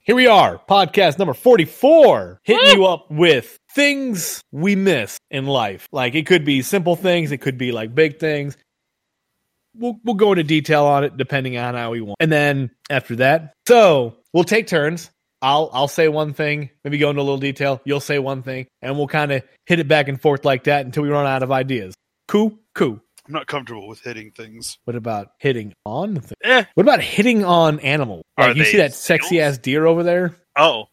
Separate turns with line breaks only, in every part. Here we are, podcast number 44, hitting you up with things we miss in life. Like it could be simple things, it could be like big things. We'll, we'll go into detail on it depending on how we want. And then after that, so we'll take turns. I'll I'll say one thing, maybe go into a little detail. You'll say one thing, and we'll kind of hit it back and forth like that until we run out of ideas. Cool, cool.
I'm not comfortable with hitting things.
What about hitting on things?
Eh.
What about hitting on animals?
Are
Like, you
they
see that sexy
seals?
ass deer over there?
Oh,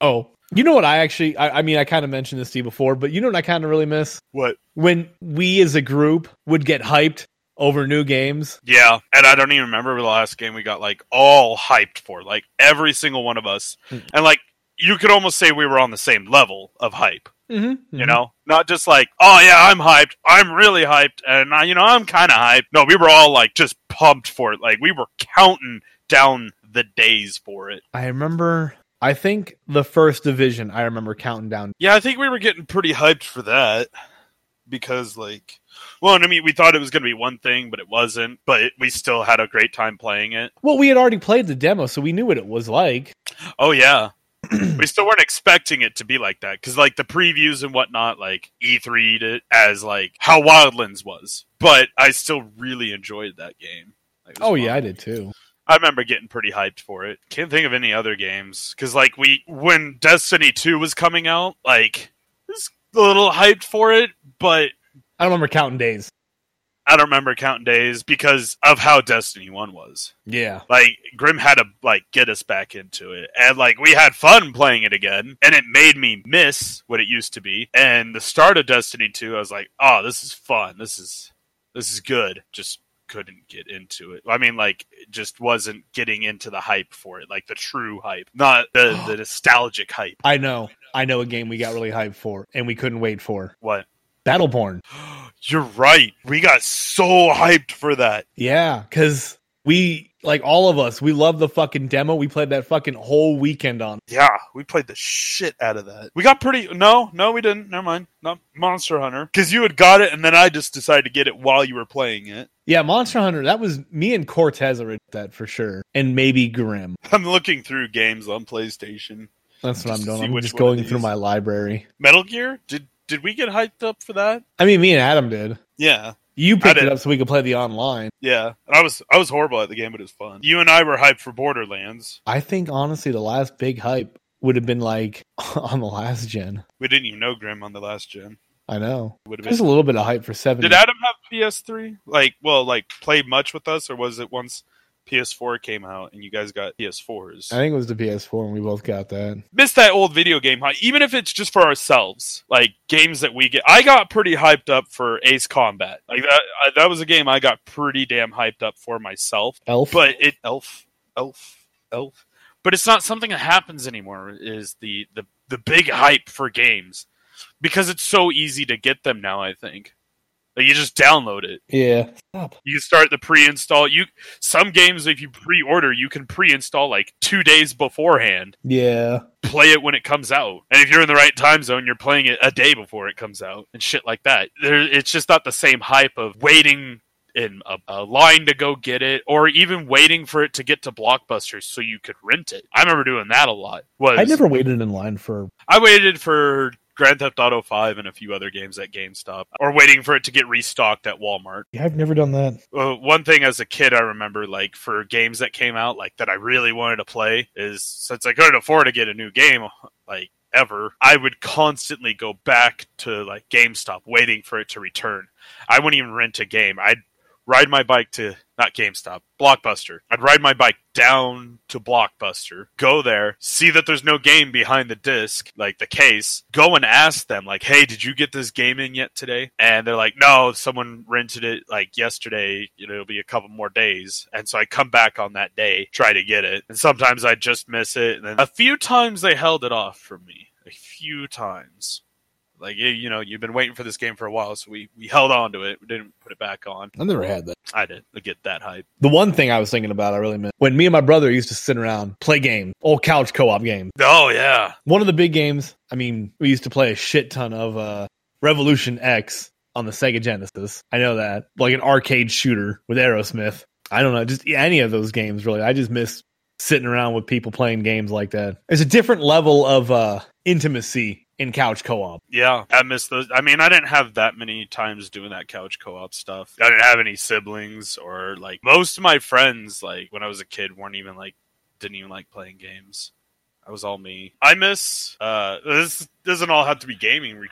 Oh, you know what? I actually, I, I mean, I kind of mentioned this to you before, but you know what? I kind of really miss
what?
when we as a group would get hyped over new games.
Yeah, and I don't even remember the last game we got like all hyped for, like every single one of us,
Hmm.
and like you could almost say we were on the same level of hype.
Mm-hmm,
You know, not just like, oh yeah, I'm hyped, I'm really hyped, and I, you know, I'm kind of hyped. No, we were all like just pumped for it. Like we were counting down the days for it.
I remember. I think the first division. I remember counting down.
Yeah, I think we were getting pretty hyped for that because, like, well, and I mean, we thought it was going to be one thing, but it wasn't. But it, we still had a great time playing it.
Well, we had already played the demo, so we knew what it was like.
Oh yeah, we still weren't expecting it to be like that because, like, the previews and whatnot, like E3 'd it as like how Wildlands was. But I still really enjoyed that game. It was
Oh yeah,
fun.
I did too.
I remember getting pretty hyped for it. Can't think of any other games because, like, we when Destiny 2 was coming out, like, I was a little hyped for it, but
I don't remember counting days.
I don't remember counting days because of how Destiny One was.
Yeah.
Like Grim had to like get us back into it, and like we had fun playing it again, and it made me miss what it used to be. And the start of Destiny Two, I was like, oh, this is fun. This is this is good. Just couldn't get into it. I mean, like, it just wasn't getting into the hype for it, like the true hype, not the the nostalgic hype.
I know. I know a game we got really hyped for and we couldn't wait for.
What?
Battleborn.
You're right. We got so hyped for that.
Yeah, cuz we like all of us, we love the fucking demo. We played that fucking whole weekend on.
Yeah, we played the shit out of that. We got pretty. No, no, we didn't. Never mind. Not Monster Hunter. Because you had got it, and then I just decided to get it while you were playing it.
Yeah, Monster Hunter, that was me and Cortez are at that for sure. And maybe Grim.
I'm looking through games on PlayStation.
That's what
Just to
I'm
see
doing. I'm
which
just
one of
going through
these.
my library.
Metal Gear. Did did we get hyped up for that?
I mean, me and Adam did.
Yeah,
You picked it
did.
up so we could play the online.
yeah. And I was I was horrible at the game, but it was fun. You and I were hyped for Borderlands.
I think honestly the last big hype would have been like on the last gen.
We didn't even know Grim on the last gen.
I know.
Would have
There's a
been.
little bit of hype for 7.
Did Adam have PS3? Like, well, like play much with us, or was it once? PS4 came out and you guys got PS4s.
I think it was the PS4 and we both got that.
miss that old video game hype, even if it's just for ourselves, like games that we get. I got pretty hyped up for Ace Combat. Like that, I, that was a game I got pretty damn hyped up for myself.
Elf.
But it, elf, elf, elf. But it's not something that happens anymore. Is the the the big hype for games because it's so easy to get them now. I think. Like you just download it.
yeah.
You start the pre-install. You some games if you pre-order, you can pre-install like two days beforehand
Yeah.
play it when it comes out. And if you're in the right time zone, you're playing it a day before it comes out and shit like that. There, it's just not the same hype of waiting in a, a line to go get it or even waiting for it to get to blockbusters so you could rent it. I remember doing that a lot. Was
I never waited in line for
I waited for Grand Theft Auto 5 and a few other games at GameStop or waiting for it to get restocked at Walmart
Yeah, I've never done that.
uh, one thing as a kid I remember, like for games that came out, like that I really wanted to play, is since I couldn't afford to get a new game, like ever, I would constantly go back to like GameStop waiting for it to return. I wouldn't even rent a game. I'd ride my bike to not GameStop, Blockbuster. I'd ride my bike down to Blockbuster, go there, see that there's no game behind the disc, like the case, go and ask them, like, hey, did you get this game in yet today? And they're like, no, someone rented it like yesterday. You know, it'll be a couple more days. And so I come back on that day, try to get it. And sometimes I just miss it. And then a few times they held it off from me. A few times like you, you know you've been waiting for this game for a while so we we held on to it we didn't put it back on
I've never had that.
i didn't get that hype
The one thing I was thinking about I really meant when me and my brother used to sit around, play games, old couch co op games.
oh yeah
One of the big games, I mean, we used to play a shit ton of uh Revolution X on the Sega Genesis. I know that. Like an arcade shooter with Aerosmith. I don't know, just yeah, any of those games really. I just miss sitting around with people playing games like that. There's a different level of uh, intimacy in couch co-op.
Yeah, I miss those. I mean, I didn't have that many times doing that couch co-op stuff. I didn't have any siblings or like most of my friends. Like when I was a kid, weren't even like didn't even like playing games. I was all me. I miss. Uh, this doesn't all have to be gaming re-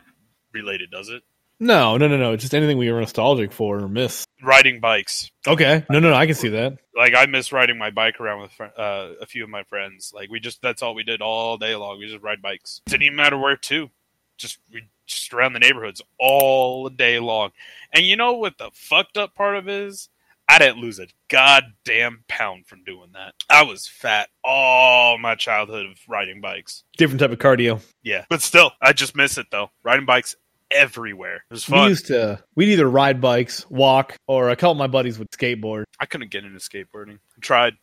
related, does it?
No, no, no, no. Just anything we were nostalgic for or miss.
Riding bikes.
Okay. No, no, no. I can see that.
Like I miss riding my bike around with fr- uh, a few of my friends. Like we just that's all we did all day long. We just ride bikes. Didn't even matter where to. Just we just around the neighborhoods all day long. And you know what the fucked up part of it is? I didn't lose a goddamn pound from doing that. I was fat all my childhood of riding bikes.
Different type of cardio.
Yeah, but still, I just miss it though. Riding bikes everywhere. It was fun.
We used to we'd either ride bikes, walk, or a couple of my buddies would skateboard.
I couldn't get into skateboarding. I tried.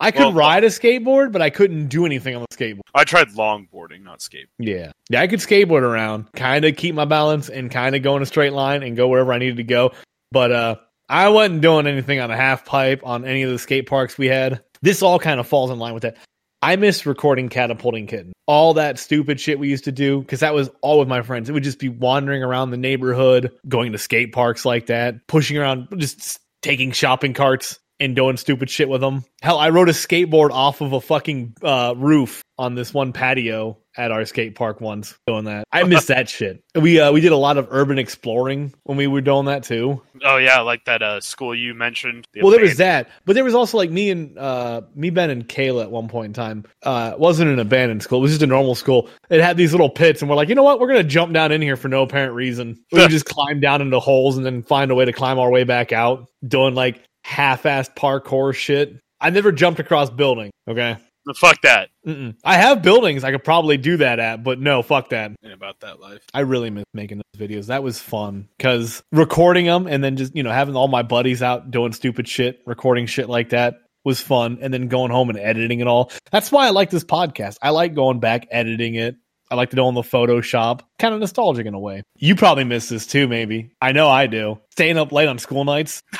I could
Well,
ride a skateboard, but I couldn't do anything on the skateboard.
I tried longboarding, not skateboarding.
Yeah. Yeah, I could skateboard around, kind of keep my balance and kind of go in a straight line and go wherever I needed to go. But uh I wasn't doing anything on a half pipe on any of the skate parks we had. This all kind of falls in line with that. I miss recording catapulting kitten. All that stupid shit we used to do cuz that was all with my friends. It would just be wandering around the neighborhood, going to skate parks like that, pushing around just taking shopping carts and doing stupid shit with them. Hell, I rode a skateboard off of a fucking uh, roof on this one patio at our skate park once doing that. I miss that shit. We uh, we did a lot of urban exploring when we were doing that too.
Oh yeah, like that uh, school you mentioned. the
Well, there was
abandoned-
that, but there was also like me and uh, me, Ben, and Kayla at one point in time. Uh, it wasn't an abandoned school; it was just a normal school. It had these little pits, and we're like, you know what? We're gonna jump down in here for no apparent reason. We would just climb down into holes and then find a way to climb our way back out, doing like half-assed parkour shit. I never jumped across building. Okay,
No, Fuck that.
Mm-mm. I have buildings I could probably do that at, but no, fuck that.
And about that life.
I really miss making those videos. That was fun because recording them and then just, you know, having all my buddies out doing stupid shit, recording shit like that was fun. And then going home and editing it all. That's why I like this podcast. I like going back, editing it. I like to do it on the Photoshop. Kind of nostalgic in a way. You probably miss this too, maybe. I know I do. Staying up late on school nights.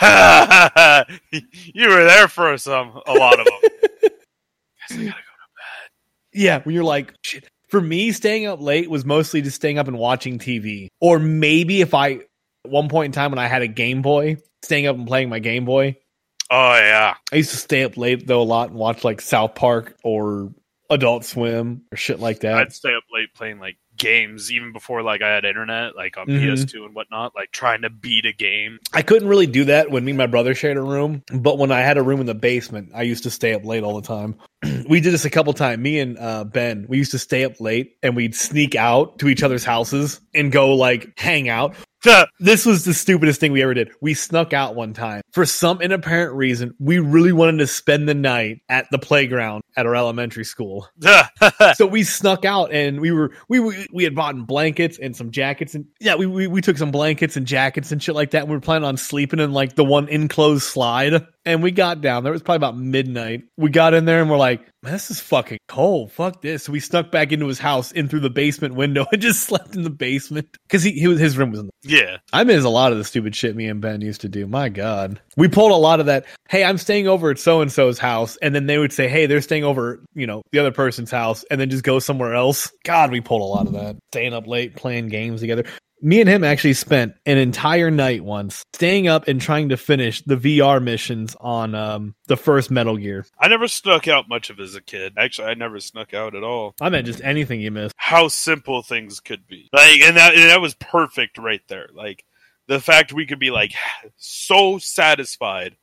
you were there for some, a lot of them. Guys, I gotta go.
Yeah, when you're like, shit. For me, staying up late was mostly just staying up and watching TV. Or maybe if I, at one point in time when I had a Game Boy, staying up and playing my Game Boy.
Oh yeah,
I used to stay up late though a lot and watch like South Park or Adult Swim or shit like that.
I'd stay up late playing like games even before like I had internet, like on
Mhm.
PS2 and whatnot. Like trying to beat a game.
I couldn't really do that when me and my brother shared a room, but when I had a room in the basement, I used to stay up late all the time. we did this a couple times. Me and uh, Ben, we used to stay up late and we'd sneak out to each other's houses and go like hang out. This was the stupidest thing we ever did. We snuck out one time for some inapparent reason. We really wanted to spend the night at the playground at our elementary school. so we snuck out and we were we we, we had bought blankets and some jackets and yeah we, we we took some blankets and jackets and shit like that and we were planning on sleeping in like the one enclosed slide and we got down there it was probably about midnight we got in there and we're like man this is fucking cold fuck this so we snuck back into his house in through the basement window and just slept in the basement because he, he was his room was in the
yeah.
I miss a lot of the stupid shit me and Ben used to do. My God. We pulled a lot of that. Hey, I'm staying over at so and so's house. And then they would say, hey, they're staying over, you know, the other person's house and then just go somewhere else. God, we pulled a lot of that. Staying up late, playing games together. Me and him actually spent an entire night once staying up and trying to finish the VR missions on um, the first Metal Gear.
I never snuck out much of as a kid. Actually, I never snuck out at all.
I meant just anything you missed.
how simple things could be. Like, and that and that was perfect right there. Like, the fact we could be like so satisfied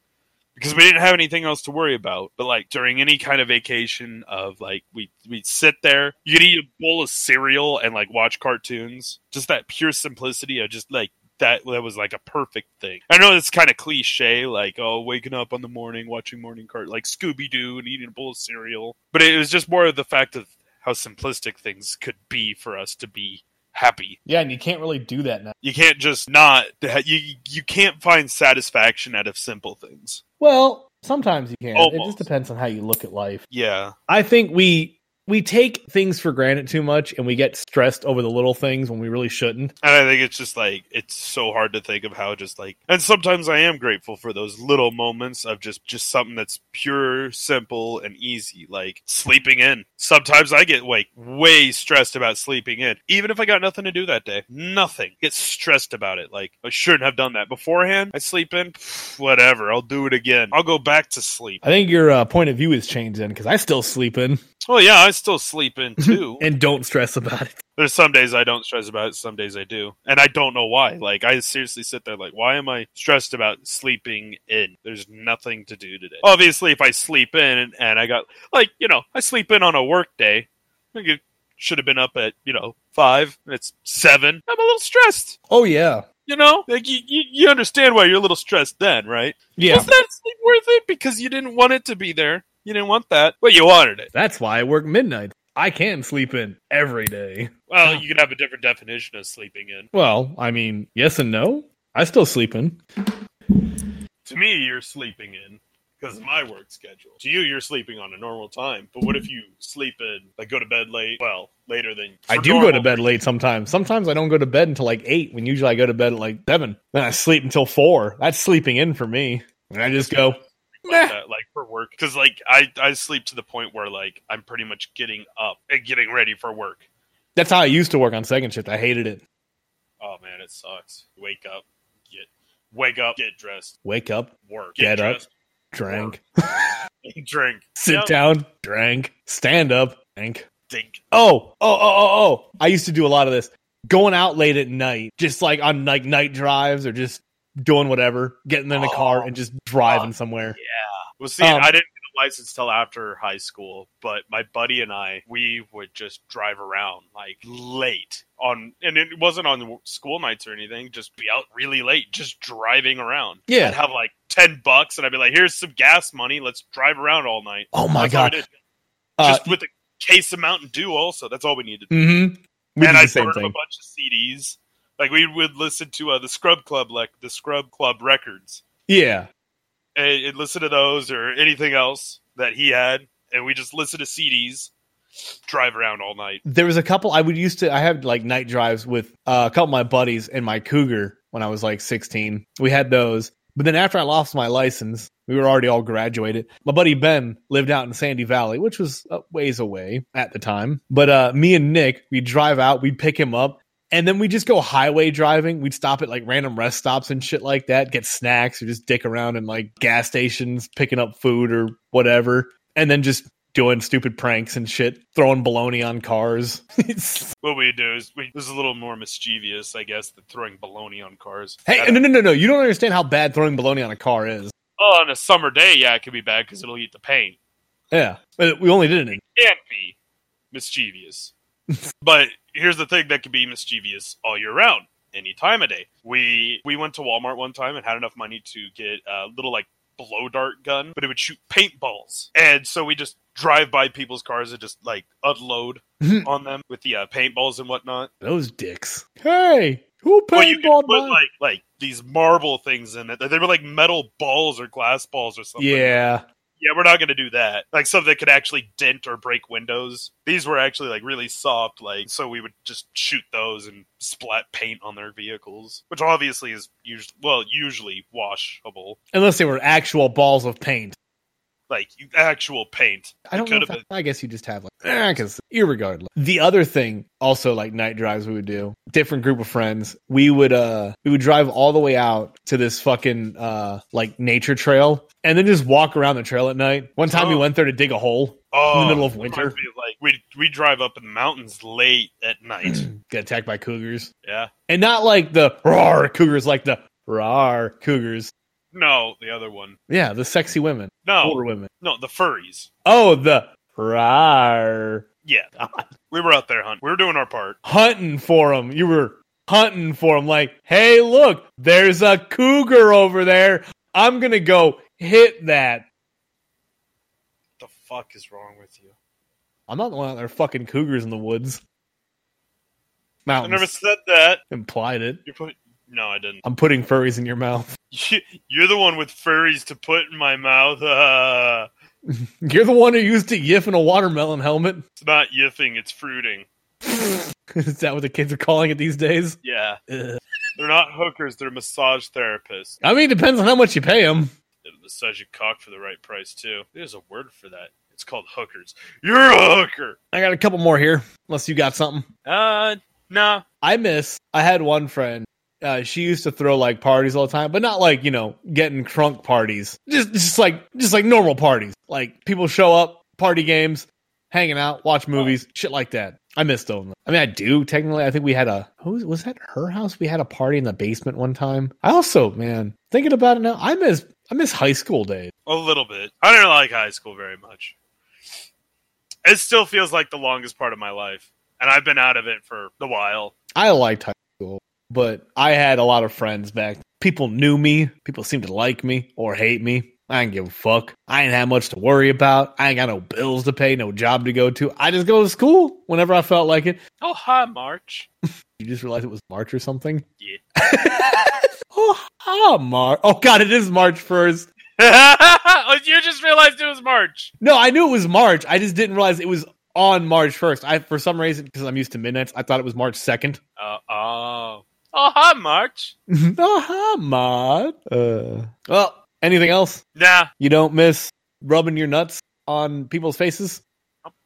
because we didn't have anything else to worry about. But like during any kind of vacation, of like we we'd sit there, you could eat a bowl of cereal and like watch cartoons. Just that pure simplicity of just like. That, that was like a perfect thing. I know it's kind of cliche, like, oh, waking up on the morning, watching morning cart, like Scooby Doo and eating a bowl of cereal. But it was just more of the fact of how simplistic things could be for us to be happy.
Yeah, and you can't really do that now.
You can't just not you you can't find satisfaction out of simple things.
Oh, Well, sometimes you can. It
Almost.
just depends on how you look at life.
Yeah.
I think we we take things for granted too much and we get stressed over the little things when we really shouldn't.
And I think it's just like it's so hard to think of how just like and sometimes I am grateful for those little moments of just just something that's pure, simple, and easy, like sleeping in. Sometimes I get like way stressed about sleeping in. Even if I got nothing to do that day. Nothing. Get stressed about it. Like I shouldn't have done that beforehand. I sleep in, pff, whatever. I'll do it again. I'll go back to sleep.
I think your uh, point of view is changed then because I still sleep in
Well yeah, I still sleep in too.
and don't stress about it.
There's some days I don't stress about it, some days I do. And I don't know why. Like I seriously sit there like why am I stressed about sleeping in? There's nothing to do today. Obviously if I sleep in and, and I got like, you know, I sleep in on a work day. I get- should have been up at, you know, 5 and it's 7. I'm a little stressed,
Oh, yeah.
you know? Like you, you, you understand why you're a little stressed then, right?
Yeah.
Was that sleep worth it because you didn't want it to be there? You didn't want that, but you wanted it.
That's why I work midnight. I can sleep in every day.
Well, you could have a different definition of sleeping in.
Well, I mean, yes and no. I still sleep in.
To me, you're sleeping in because of my work schedule. To you, you're sleeping on a normal time. But what if you sleep in, like, go to bed late? Well, later than
I
for
do go to
normal-
bed late sometimes. Sometimes I don't go to bed until like eight, when usually I go to bed at like seven. Then I sleep until four. That's sleeping in for me. And I just go,
like,
"Meh."
that, uh, like for work, because like I I sleep to the point where like I'm pretty much getting up and getting ready for work.
That's how I used to work on second shift. I hated it.
Oh man, it sucks. Wake up, get wake up, get dressed,
Wake up,
work,
Get up.
dressed,
drank,
drink,
sit
Yep.
down, drank, stand up, drank.
Think.
Oh, oh, oh, oh, oh. I used to do a lot of this. Going out late at night, just like on like night drives or just doing whatever, getting in a car
Oh,
and just driving somewhere.
Well, see,
Um,
I didn't get a license till after high school, but my buddy and I, we would just drive around like late on, and it wasn't on w- school nights or anything. Just be out really late, just driving around.
Yeah.
I'd have like ten bucks, and I'd be like, "Here's some gas money. Let's drive around all night."
Oh my
That's how we
god.
did.
Uh,
just with a case of Mountain Dew. Also, that's all we needed.
Mm-hmm. We did
and I
the same
burned a
thing.
bunch of CDs. Like we would listen to uh, the Scrub Club, like the Scrub Club records.
Yeah.
and, and listen to those or anything else that he had, and we just listen to CDs, drive around all night.
There was a couple I would used to I had like night drives with uh, a couple of my buddies and my cougar when I was like 16. We had those. But then after I lost my license, we were already all graduated. My buddy Ben lived out in Sandy Valley, which was a ways away at the time. But uh, me and Nick, we'd drive out, we'd pick him up, and then we'd just go highway driving. We'd stop at like random rest stops and shit like that, get snacks or just dick around in like gas stations, picking up food or whatever, and then just doing stupid pranks and shit, throwing baloney on cars. It's-
What we do is we this is a little more mischievous, I guess, than throwing baloney on cars.
hey,
I
no,
don't-
no, no, no. You don't understand how bad throwing baloney on a car is.
oh, on a summer day, yeah, it could be bad because it'll eat the paint.
Yeah. But we only did it. in-
Can't be mischievous, but here's the thing that could be mischievous all year round. Any time of day, we we went to Walmart one time and had enough money to get a little like blow dart gun, but it would shoot paintballs. And so we just drive by people's cars and just like unload
Mhm.
on them with the uh, paintballs and whatnot.
Those dicks. Hey, who
Well, you
paid
could
ball
put like like these marble things in it. They were like metal balls or glass balls or something.
Yeah.
Yeah, we're not gonna do that. Like something that could actually dent or break windows. These were actually like really soft, like so we would just shoot those and splat paint on their vehicles, which obviously is usually well usually washable,
Unless they were actual balls of paint.
like you- actual paint.
I don't know.
could've
If I, I guess you just have like, because irregardless. The other thing, also like night drives, we would do different group of friends. We would uh, we would drive all the way out to this fucking uh, like nature trail, and then just walk around the trail at night. One time we
Oh.
went there to dig a hole
Oh,
in the middle of winter,
reminds me of, like we we drive up in the mountains late at night.
get attacked by cougars,
yeah,
and not like the roar cougars, like the roar cougars.
no, the other one,
Yeah, the sexy women,
no,
older women.
no, the furries.
Oh, the roar
Yeah, we were out there hunting. We were doing our part.
hunting for him. You were hunting for him. Like, hey, look, there's a cougar over there. I'm gonna go hit that.
What the fuck is wrong with you?
I'm not the one out there fucking cougars in the woods.
I
Mountains
never said that.
implied it.
You put no, I didn't.
I'm putting furries in your mouth.
You- You're the one with furries to put in my mouth. Uh,
You're the one who used to yiff in a watermelon helmet.
It's not yiffing, it's fruiting.
Is that what the kids are calling it these days?
Yeah.
Ugh.
They're not hookers, they're massage therapists.
I mean, it depends on how much you pay them.
They'll massage your cock for the right price, too. There's a word for that. It's called hookers. You're a hooker!
I got a couple more here, unless you got something.
Uh, nah.
I miss. I had one friend. Uh, she used to throw like parties all the time, but not like you know getting crunk parties. Just just like just like normal parties. Like people show up, party games, hanging out, watch movies, shit like that. I missed those. I mean, I do technically. I think we had a who was, was that her house? We had a party in the basement one time. I also, man, thinking about it now, I miss I miss high school days.
A little bit. I don't like high school very much. It still feels like the longest part of my life, and I've been out of it for a while.
I liked high school, but I had a lot of friends back. People knew me. People seemed to like me or hate me. I didn't give a fuck. I ain't had much to worry about. I ain't got no bills to pay, no job to go to. I just go to school whenever I felt like it.
Oh, hi, March.
You just realized it was March or something?
Yeah.
oh, ah, March. Oh, God, it is March 1st.
oh, you just realized it was March.
No, I knew it was March. I just didn't realize it was on March 1st. I, for some reason, because I'm used to midnights, I thought it was March 2nd.
Uh, oh. Oh, hi, March.
uh-huh, March. Uh, well, anything else?
Nah,
You don't miss rubbing your nuts on people's faces.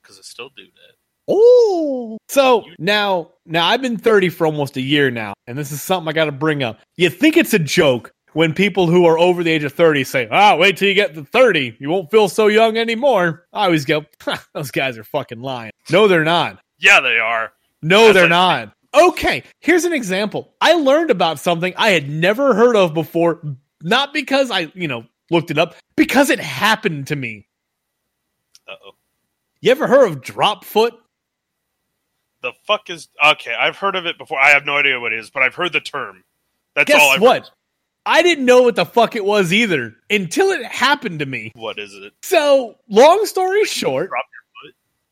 because I Oh, still do that.
Oh, so now, now I've been 30 for almost a year now, and this is something I got to bring up. You think it's a joke when people who are over the age of 30 say, ah, wait till you get to 30. You won't feel so young anymore. I always go, "Ha, those guys are fucking lying. No, they're not.
Yeah, they are.
No,
That's
they're
it.
not. Okay, here's an example. I learned about something I had never heard of before, not because I, you know, looked it up, because it happened to me.
Uh oh.
You ever heard of drop foot?
The fuck is. Okay, I've heard of it before. I have no idea what it is, but I've heard the term. That's
Guess
all I've
what?
heard.
I didn't know what the fuck it was either until it happened to me.
What is it?
So, long story short,
Drop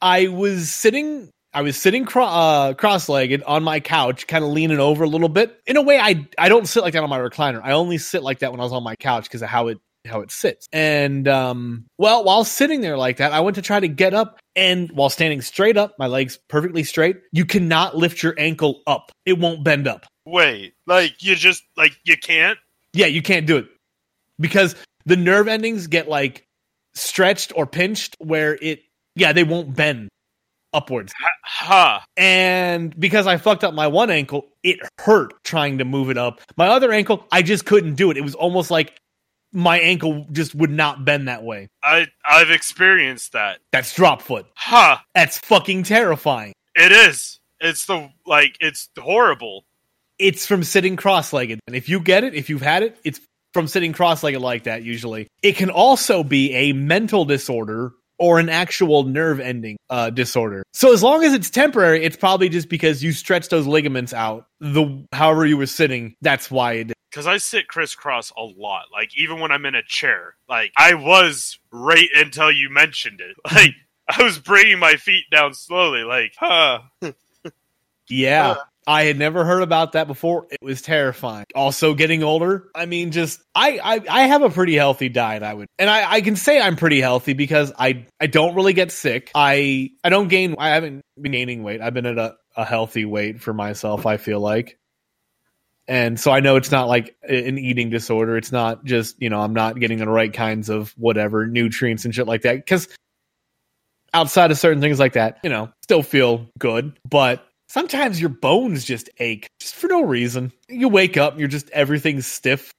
I was sitting I was sitting cro- uh, cross-legged on my couch, kind of leaning over a little bit. In a way, I I don't sit like that on my recliner. I only sit like that when I was on my couch because of how it how it sits. And um, well, while sitting there like that, I went to try to get up, and while standing straight up, my legs perfectly straight, you cannot lift your ankle up. It won't bend up.
Wait, like, you just. Like, you can't?
Yeah, you can't do it because the nerve endings get like stretched or pinched where it, yeah, they won't bend upwards.
Ha.
And because I fucked up my one ankle, it hurt trying to move it up. My other ankle, I just couldn't do it. It was almost like my ankle just would not bend that way.
I, I've experienced that.
That's drop foot.
Ha.
That's fucking terrifying.
It is. It's the. Like, it's horrible.
It's from sitting cross legged. And if you get it, if you've had it, it's from sitting cross legged like that usually. It can also be a mental disorder or an actual nerve ending uh, disorder. So as long as it's temporary, it's probably just because you stretch those ligaments out the however you were sitting. That's why it
because I sit crisscross a lot. Like even when I'm in a chair, like I was right until you mentioned it. Like I was bringing my feet down slowly. Like, huh?
Yeah.
Uh.
I had never heard about that before. It was terrifying. Also getting older. I mean, just I I, I have a pretty healthy diet, I would and I, I can say I'm pretty healthy because I I don't really get sick. I I don't gain I haven't been gaining weight. I've been at a, a healthy weight for myself, I feel like. And so I know it's not like a- an eating disorder. It's not just, you know, I'm not getting the right kinds of whatever nutrients and shit like that. Cause outside of certain things like that, you know, still feel good, but sometimes your bones just ache just for no reason. You wake up and you're just everything's stiff.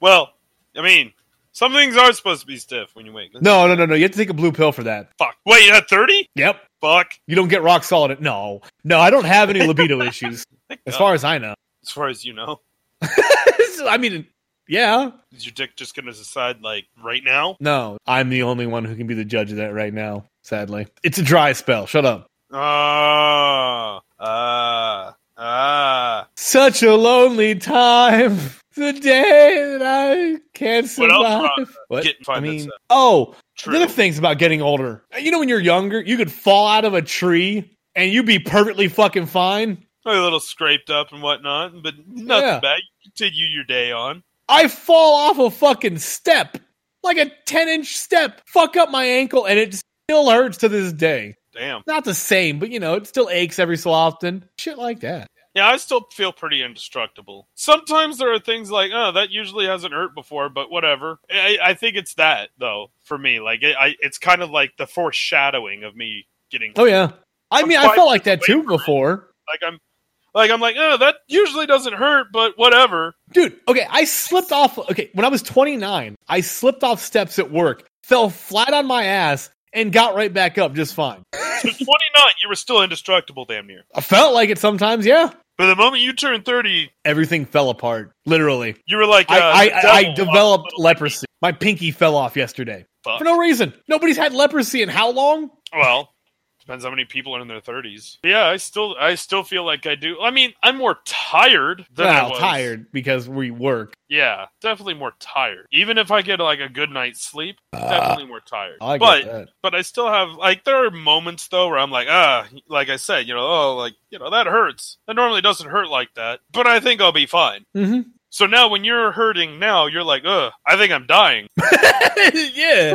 well, I mean, some things are supposed to be stiff when you wake.
No, no, no, no. You have to take a blue pill for that.
fuck. Wait, you had thirty?
Yep.
Fuck.
You don't get rock solid. At- no, no, I don't have any libido issues as far as I know.
as far as you know,
I mean, yeah.
is your dick just gonna decide like right now?
No, I'm the only one who can be the judge of that right now, sadly. It's a dry spell. Shut up.
Ah, ah, ah.
Such a lonely time. The day that I can't
What else, Ron?
survive. What?
Get-
I
find that
mean,
stuff.
oh,
True.
The other thing's about getting older. You know, when you're younger, you could fall out of a tree and you'd be perfectly fucking fine.
a little scraped up and whatnot, but nothing
Yeah.
bad. You continue your day on.
I fall off a fucking step like a 10 inch step, fuck up my ankle, and it still hurts to this day.
Damn.
Not the same, but you know, it still aches every so often. Shit like that.
Yeah, I still feel pretty indestructible. Sometimes there are things like, oh, that usually hasn't hurt before, but whatever. I, I think it's that though for me. Like, it, I, it's kind of like the foreshadowing of me getting
Oh, yeah. I
I'm
mean, I
quite
felt like that
away
too before.
like I'm, like I'm like, oh, that usually doesn't hurt, but whatever.
Dude, okay, I slipped off. Okay, when I was 29, I slipped off steps at work, fell flat on my ass, and got right back up just fine.
At 29, you were still indestructible, damn near.
I felt like it sometimes, yeah.
But the moment you turned 30,
Everything fell apart, literally.
you were like, uh,
I,
the
I, I
devil.
developed leprosy. My pinky fell off yesterday
Fuck.
for no reason. Nobody's had leprosy in how long?
Well, depends how many people are in their 30s. Yeah, I still, I still feel like I do. I mean, I'm more tired than I
Well,
was.
tired because we work.
Yeah, definitely more tired. Even if I get like a good night's sleep, definitely more tired.
Ah, I get
but
that.
but I still have like there are moments though where I'm like ah like I said you know oh like you know that hurts that normally doesn't hurt like that but I think I'll be fine.
hmm
So now when you're hurting now you're like ugh I think I'm dying.
yeah.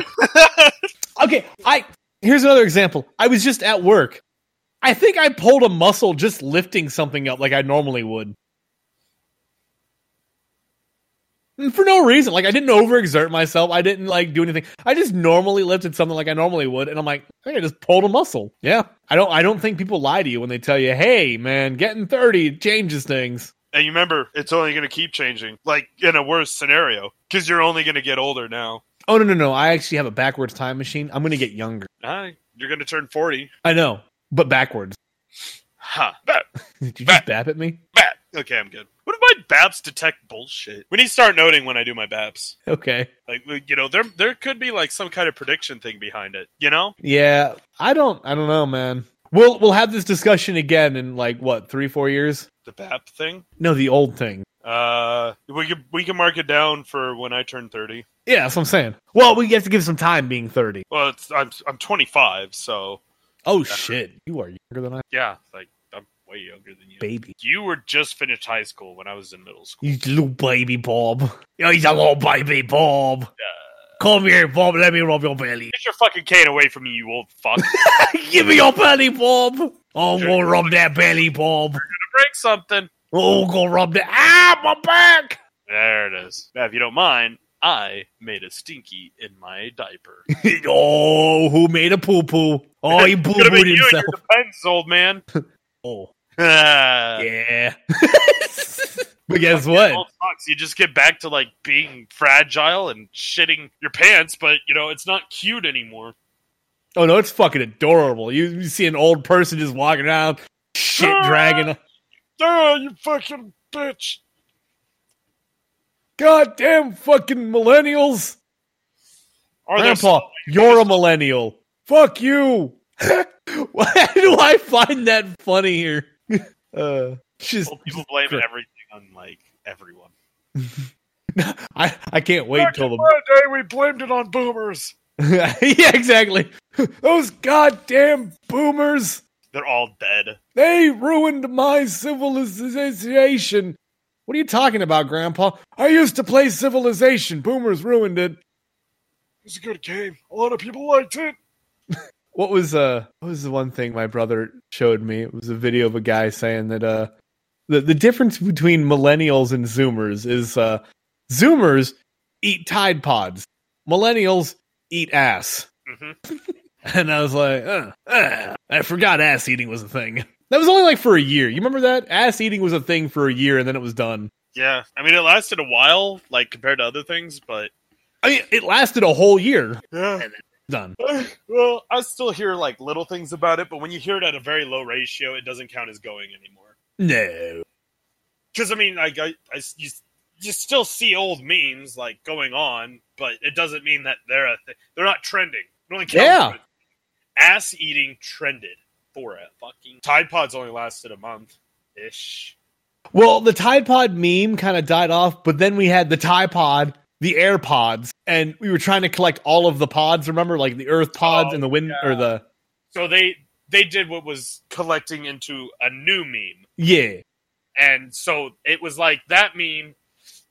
okay. I here's another example. I was just at work. I think I pulled a muscle just lifting something up like I normally would. And Mm, for no reason. Like I didn't overexert myself. I didn't like do anything. I just normally lifted something like I normally would, and I'm like, I think I just pulled a muscle. Yeah. I don't I don't think people lie to you when they tell you, hey man, getting 30 changes things.
And you remember it's only going to keep changing like in a worse scenario because you're only going to get older now.
Oh no no no. I actually have a backwards time machine. I'm gonna get younger.
Ah, you're going to turn forty.
I know, but backwards.
Huh. That-
Did you just
Back-
bap at me?
Bap. Okay, I'm good. What do my BAPs detect bullshit? We need to start noting when I do my BAPs.
Okay.
Like we- you know, there there could be like some kind of prediction thing behind it. You know?
Yeah, I don't I don't know, man. We'll we'll have this discussion again in like what, 3 4 years?
The BAP thing.
No, the old thing.
Uh, we could we can mark it down for when I turn thirty.
Yeah, that's what I'm saying. Well, we have to give some time being 30.
Well, it's I'm I'm twenty five, so
Oh shit. You are younger than I,
yeah, like I'm way younger than you.
baby.
You were just finished high school when I was in middle school.
You little baby Bob. Yeah, He's a little baby Bob. Come here, Bob. Let me rub your belly.
Get your fucking cane away from me, you old fuck! Gonna
Give me your belly, Bob. Oh, go rub that belly, Bob.
break something.
Oh, go rub that. Ah, my back.
There it is. Now, if you don't mind, I made a stinky in my diaper.
oh, who made a poo poo? Oh, he poo
Gonna be
pooed
you and
himself.
your depends, old man.
Oh.
Ah.
Yeah. but guess what?
Well, it sucks. You just get back to like being fragile and shitting your pants, but you know it's not cute anymore.
Oh no, it's fucking adorable. You, you see an old person just walking around, shit
Ah!
dragging.
Oh, you fucking bitch!
Goddamn fucking millennials.
Are there
Grandpa, you're a millennial. Fuck you. Why do I find that funny here? uh, just,
still people blaming everything on like everyone?
I, I can't wait till the
day, we blamed it on boomers.
yeah exactly those goddamn boomers.
They're all dead.
They ruined my civilization. What are you talking about, Grandpa? I used to play Civilization. Boomers ruined it.
It's a good game. A lot of people liked it.
What was uh what was the one thing my brother showed me? It was a video of a guy saying that uh the, the difference between millennials and zoomers is uh zoomers eat Tide Pods. Millennials eat ass.
hmm
And I was like, uh, uh, I forgot ass eating was a thing. That was only like for a year. You remember that? Ass eating was a thing for a year and then it was done.
Yeah, I mean it lasted a while, like compared to other things, but
I mean, it lasted a whole year.
yeah.
Done.
well, I still hear like little things about it, but when you hear it at a very low ratio, it doesn't count as going anymore.
No.
because I mean, like, I, I s- you, s- you still see old memes like going on, but it doesn't mean that they're a th- they're not trending. It only counts
Yeah.
for- ass eating trended for a fucking Tide Pods only lasted a month ish.
Well, the Tide Pod meme kind of died off, but then we had the Tide Pod, the Air Pods, and we were trying to collect all of the pods. Remember, like the Earth pods
Oh,
and the wind or the
So they they did what was collecting into a new meme,
yeah,
and so it was like that meme.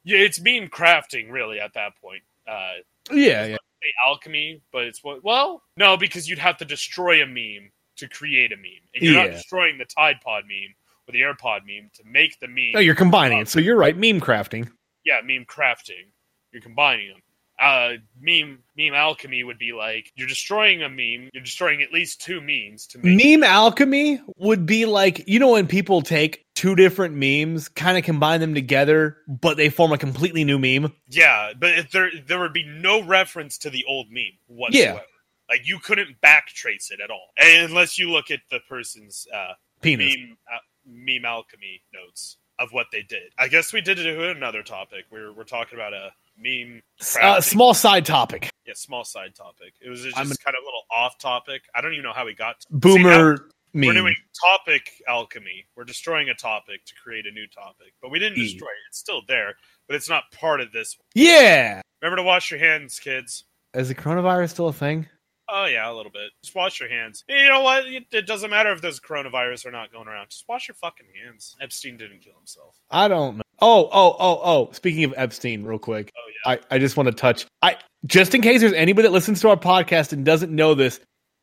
Yeah, it's meme crafting really at that point. Uh,
Yeah, yeah.
say alchemy, but it's what? Well, no, because you'd have to destroy a meme to create a meme, and you're not
Yeah.
destroying the Tide Pod meme or the AirPod meme to make the meme.
No, you're combining it. So you're right. Meme crafting.
yeah, meme crafting. You're combining them. Uh, meme meme alchemy would be like you're destroying a meme. You're destroying at least two memes to make.
Meme alchemy would be like, you know, when people take two different memes, kind of combine them together, but they form a completely new meme.
Yeah, but if there there would be no reference to the old meme whatsoever. Like you couldn't backtrace it at all, and unless you look at the person's uh,
Penis.
meme uh, meme alchemy notes of what they did. I guess we did it to another topic. We're we're talking about a meme.
Uh,
crafting.
small side topic.
yeah, small side topic. It was just
I'm-
kind of a little off topic. I don't even know how we got. To-
Boomer meme.
We're doing topic alchemy. We're destroying a topic to create a new topic, but we didn't
E.
destroy it. It's still there, but it's not part of this. one.
yeah.
Remember to wash your hands, kids.
Is the coronavirus still a thing?
Oh yeah, a little bit. Just wash your hands. You know what? It, it doesn't matter if there's coronavirus or not going around. Just wash your fucking hands. Epstein didn't kill himself.
I don't know. Oh, oh, oh, oh. Speaking of Epstein, real quick.
Oh yeah.
I, I just want to touch I just in case there's anybody that listens to our podcast and doesn't know this,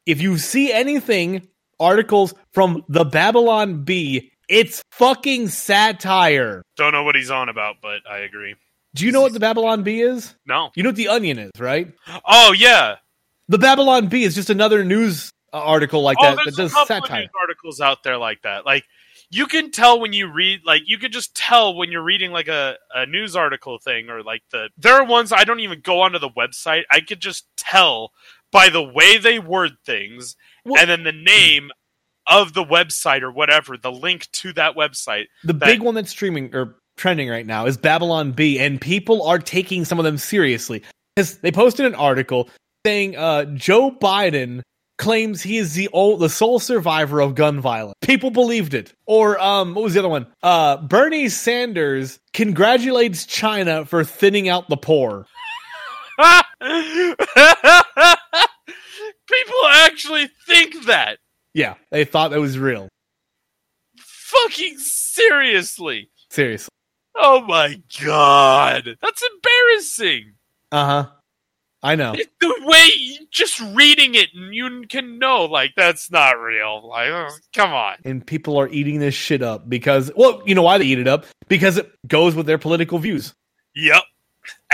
if you see anything, articles from the Babylon Bee, it's fucking satire.
Don't know what he's on about, but I agree.
Do you know what the Babylon Bee is?
No.
You know what the Onion is, right?
Oh yeah.
The Babylon Bee is just another news uh, article like
oh,
that that
there's
does
a couple of
satire.
news articles out there like that. Like you can tell when you read, like you could just tell when you're reading like a, a news article thing or like the. There are ones I don't even go onto the website. I could just tell by the way they word things
Well-
and then the name of the website or whatever, the link to that website.
The
that-
big one that's streaming or trending right now is Babylon B, and people are taking some of them seriously because they posted an article saying uh, Joe Biden claims he is the old, the sole survivor of gun violence. People believed it. Or um, what was the other one? Uh, Bernie Sanders congratulates China for thinning out the poor.
People actually think that.
Yeah, they thought that was real.
Fucking seriously.
Seriously.
Oh my god. That's embarrassing.
Uh huh. I know.
It- The way you- just reading it and you can know like that's not real. Like ugh, come on.
and people are eating this shit up because well you know why they eat it up because it goes with their political views
Yep.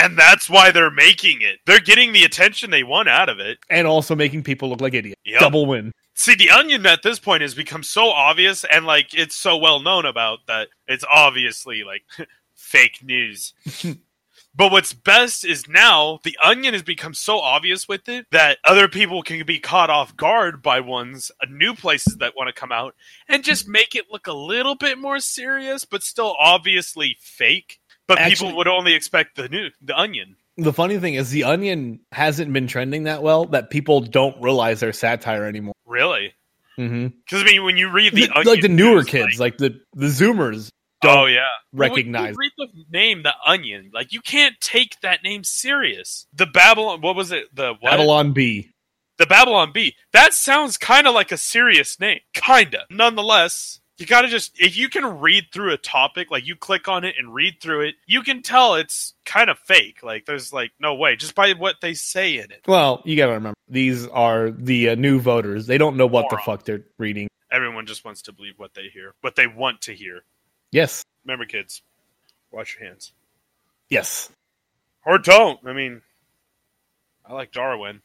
And that's why they're making it. They're getting the attention they want out of it.
and also making people look like idiots
Yep.
double win
See, the onion at this point has become so obvious and like it's so well known about that it's obviously like fake news. but what's best is now the onion has become so obvious with it that other people can be caught off guard by ones uh, new places that want to come out and just make it look a little bit more serious but still obviously fake. But
Actually-
people would only expect the new the onion.
the funny thing is the onion hasn't been trending that well that people don't realize their satire anymore
Really?
mm-hmm.
Cuz I mean when you read the, onion
like the newer
news,
kids like,
like,
the the zoomers
oh
don't
yeah. Well, when you
recognize
read the name, the Onion. Like you can't take that name serious. The Babylon. What was it? The what?
babylon b
The Babylon Bee. That sounds kind of like a serious name. Kinda. Nonetheless. You gotta just if you can read through a topic, like you click on it and read through it, you can tell it's kind of fake. Like there's like no way just by what they say in it.
well you gotta remember these are the uh, new voters they don't know what the
Moron.
fuck they're reading
Everyone just wants to believe what they hear, what they want to hear.
yes
Remember, kids, wash your hands
yes
or don't. I mean, I like Darwin.